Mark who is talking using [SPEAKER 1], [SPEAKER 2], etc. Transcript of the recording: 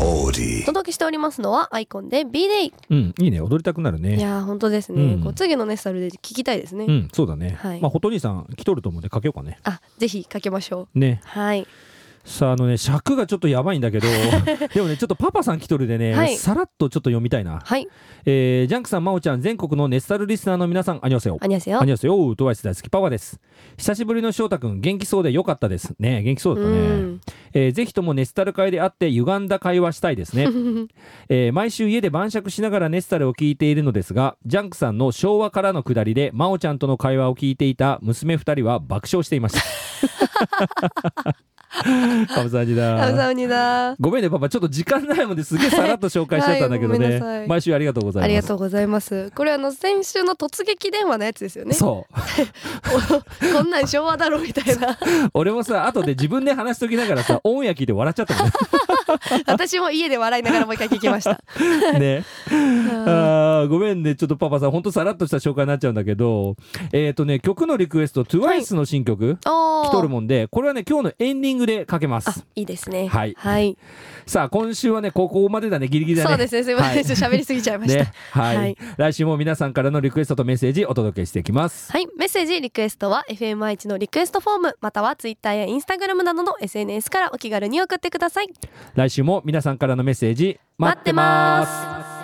[SPEAKER 1] Audi.
[SPEAKER 2] お届けしておりますのはアイコンで B デイ
[SPEAKER 3] うん、いいね。踊りたくなる
[SPEAKER 2] い
[SPEAKER 3] ね。
[SPEAKER 2] やー本当ですね、
[SPEAKER 3] うん
[SPEAKER 2] こう次のネッサルで聞きたいですね、
[SPEAKER 3] うん、そうだね。
[SPEAKER 2] はい
[SPEAKER 3] まあ、ほとりさん来とると思うんで書けようかね。
[SPEAKER 2] あぜひかけましょう
[SPEAKER 3] ね。
[SPEAKER 2] はい
[SPEAKER 3] さあ、あのね、尺がちょっとやばいんだ けど、でもね、ちょっとパパさん来とるでね、
[SPEAKER 2] はい
[SPEAKER 3] さらっとちょっと読みたいな。
[SPEAKER 2] はい
[SPEAKER 3] えー、ジャンクさん、まおちゃん、全国のネスタルリスナーの皆さん、あにわせよ。
[SPEAKER 2] アニャセよ
[SPEAKER 3] あにわせよ。トワイス大好きパパです。久しぶりの翔太くん、元気そうでよかったです。ね元気そうだった
[SPEAKER 2] う
[SPEAKER 3] ね。
[SPEAKER 2] ん
[SPEAKER 3] えー、ぜひともネスタル会で会って歪んだ会話したいですね。 えー毎週家で晩酌しながらネスタルを聞いているのですがジャンクさんの昭和からの下りで真央ちゃんとの会話を聞いていた娘2人は爆笑していま した 감사합니
[SPEAKER 2] ハウ
[SPEAKER 3] 다
[SPEAKER 2] ザウニだ
[SPEAKER 3] ごめんねパパちょっと時間ないもんですげえさらっと紹介しちゃったんだけど
[SPEAKER 2] はい
[SPEAKER 3] ね、
[SPEAKER 2] はいごめんなさい
[SPEAKER 3] 毎週ありがとうございます
[SPEAKER 2] ありがとうございますこれあの先週の突撃電話のやつですよね
[SPEAKER 3] そう
[SPEAKER 2] こんなん昭和だろみたいな
[SPEAKER 3] 俺もさ後で自分で話しときながら さオンエア聞いて笑っちゃったもん
[SPEAKER 2] 私も家で笑いながらもう一回聞きました
[SPEAKER 3] ね ねあーごめんねちょっとパパさんほんとさらっとした紹介になっちゃうんだけどえっ、とね曲のリクエスト TWICE の新曲、
[SPEAKER 2] お
[SPEAKER 3] 来とるもんで、これはね、今日のエンディングでかけま
[SPEAKER 2] あ
[SPEAKER 3] す。
[SPEAKER 2] いいですね
[SPEAKER 3] はいさあ、今週はね、ここまでだね、ギリギリだね。
[SPEAKER 2] そうですねすいません、
[SPEAKER 3] はい
[SPEAKER 2] ちょっと喋りすぎちゃいました、
[SPEAKER 3] ね、はい、
[SPEAKER 2] はい
[SPEAKER 3] 来週も皆さんからのリクエストとメッセージお届けしていきます。
[SPEAKER 2] はいメッセージリクエストは FMI1 のリクエストフォームまたはツイッターやインスタグラムなどの SNS からお気軽に送ってください
[SPEAKER 3] 来週も皆さんからのメッセージ、待ってます。
[SPEAKER 2] す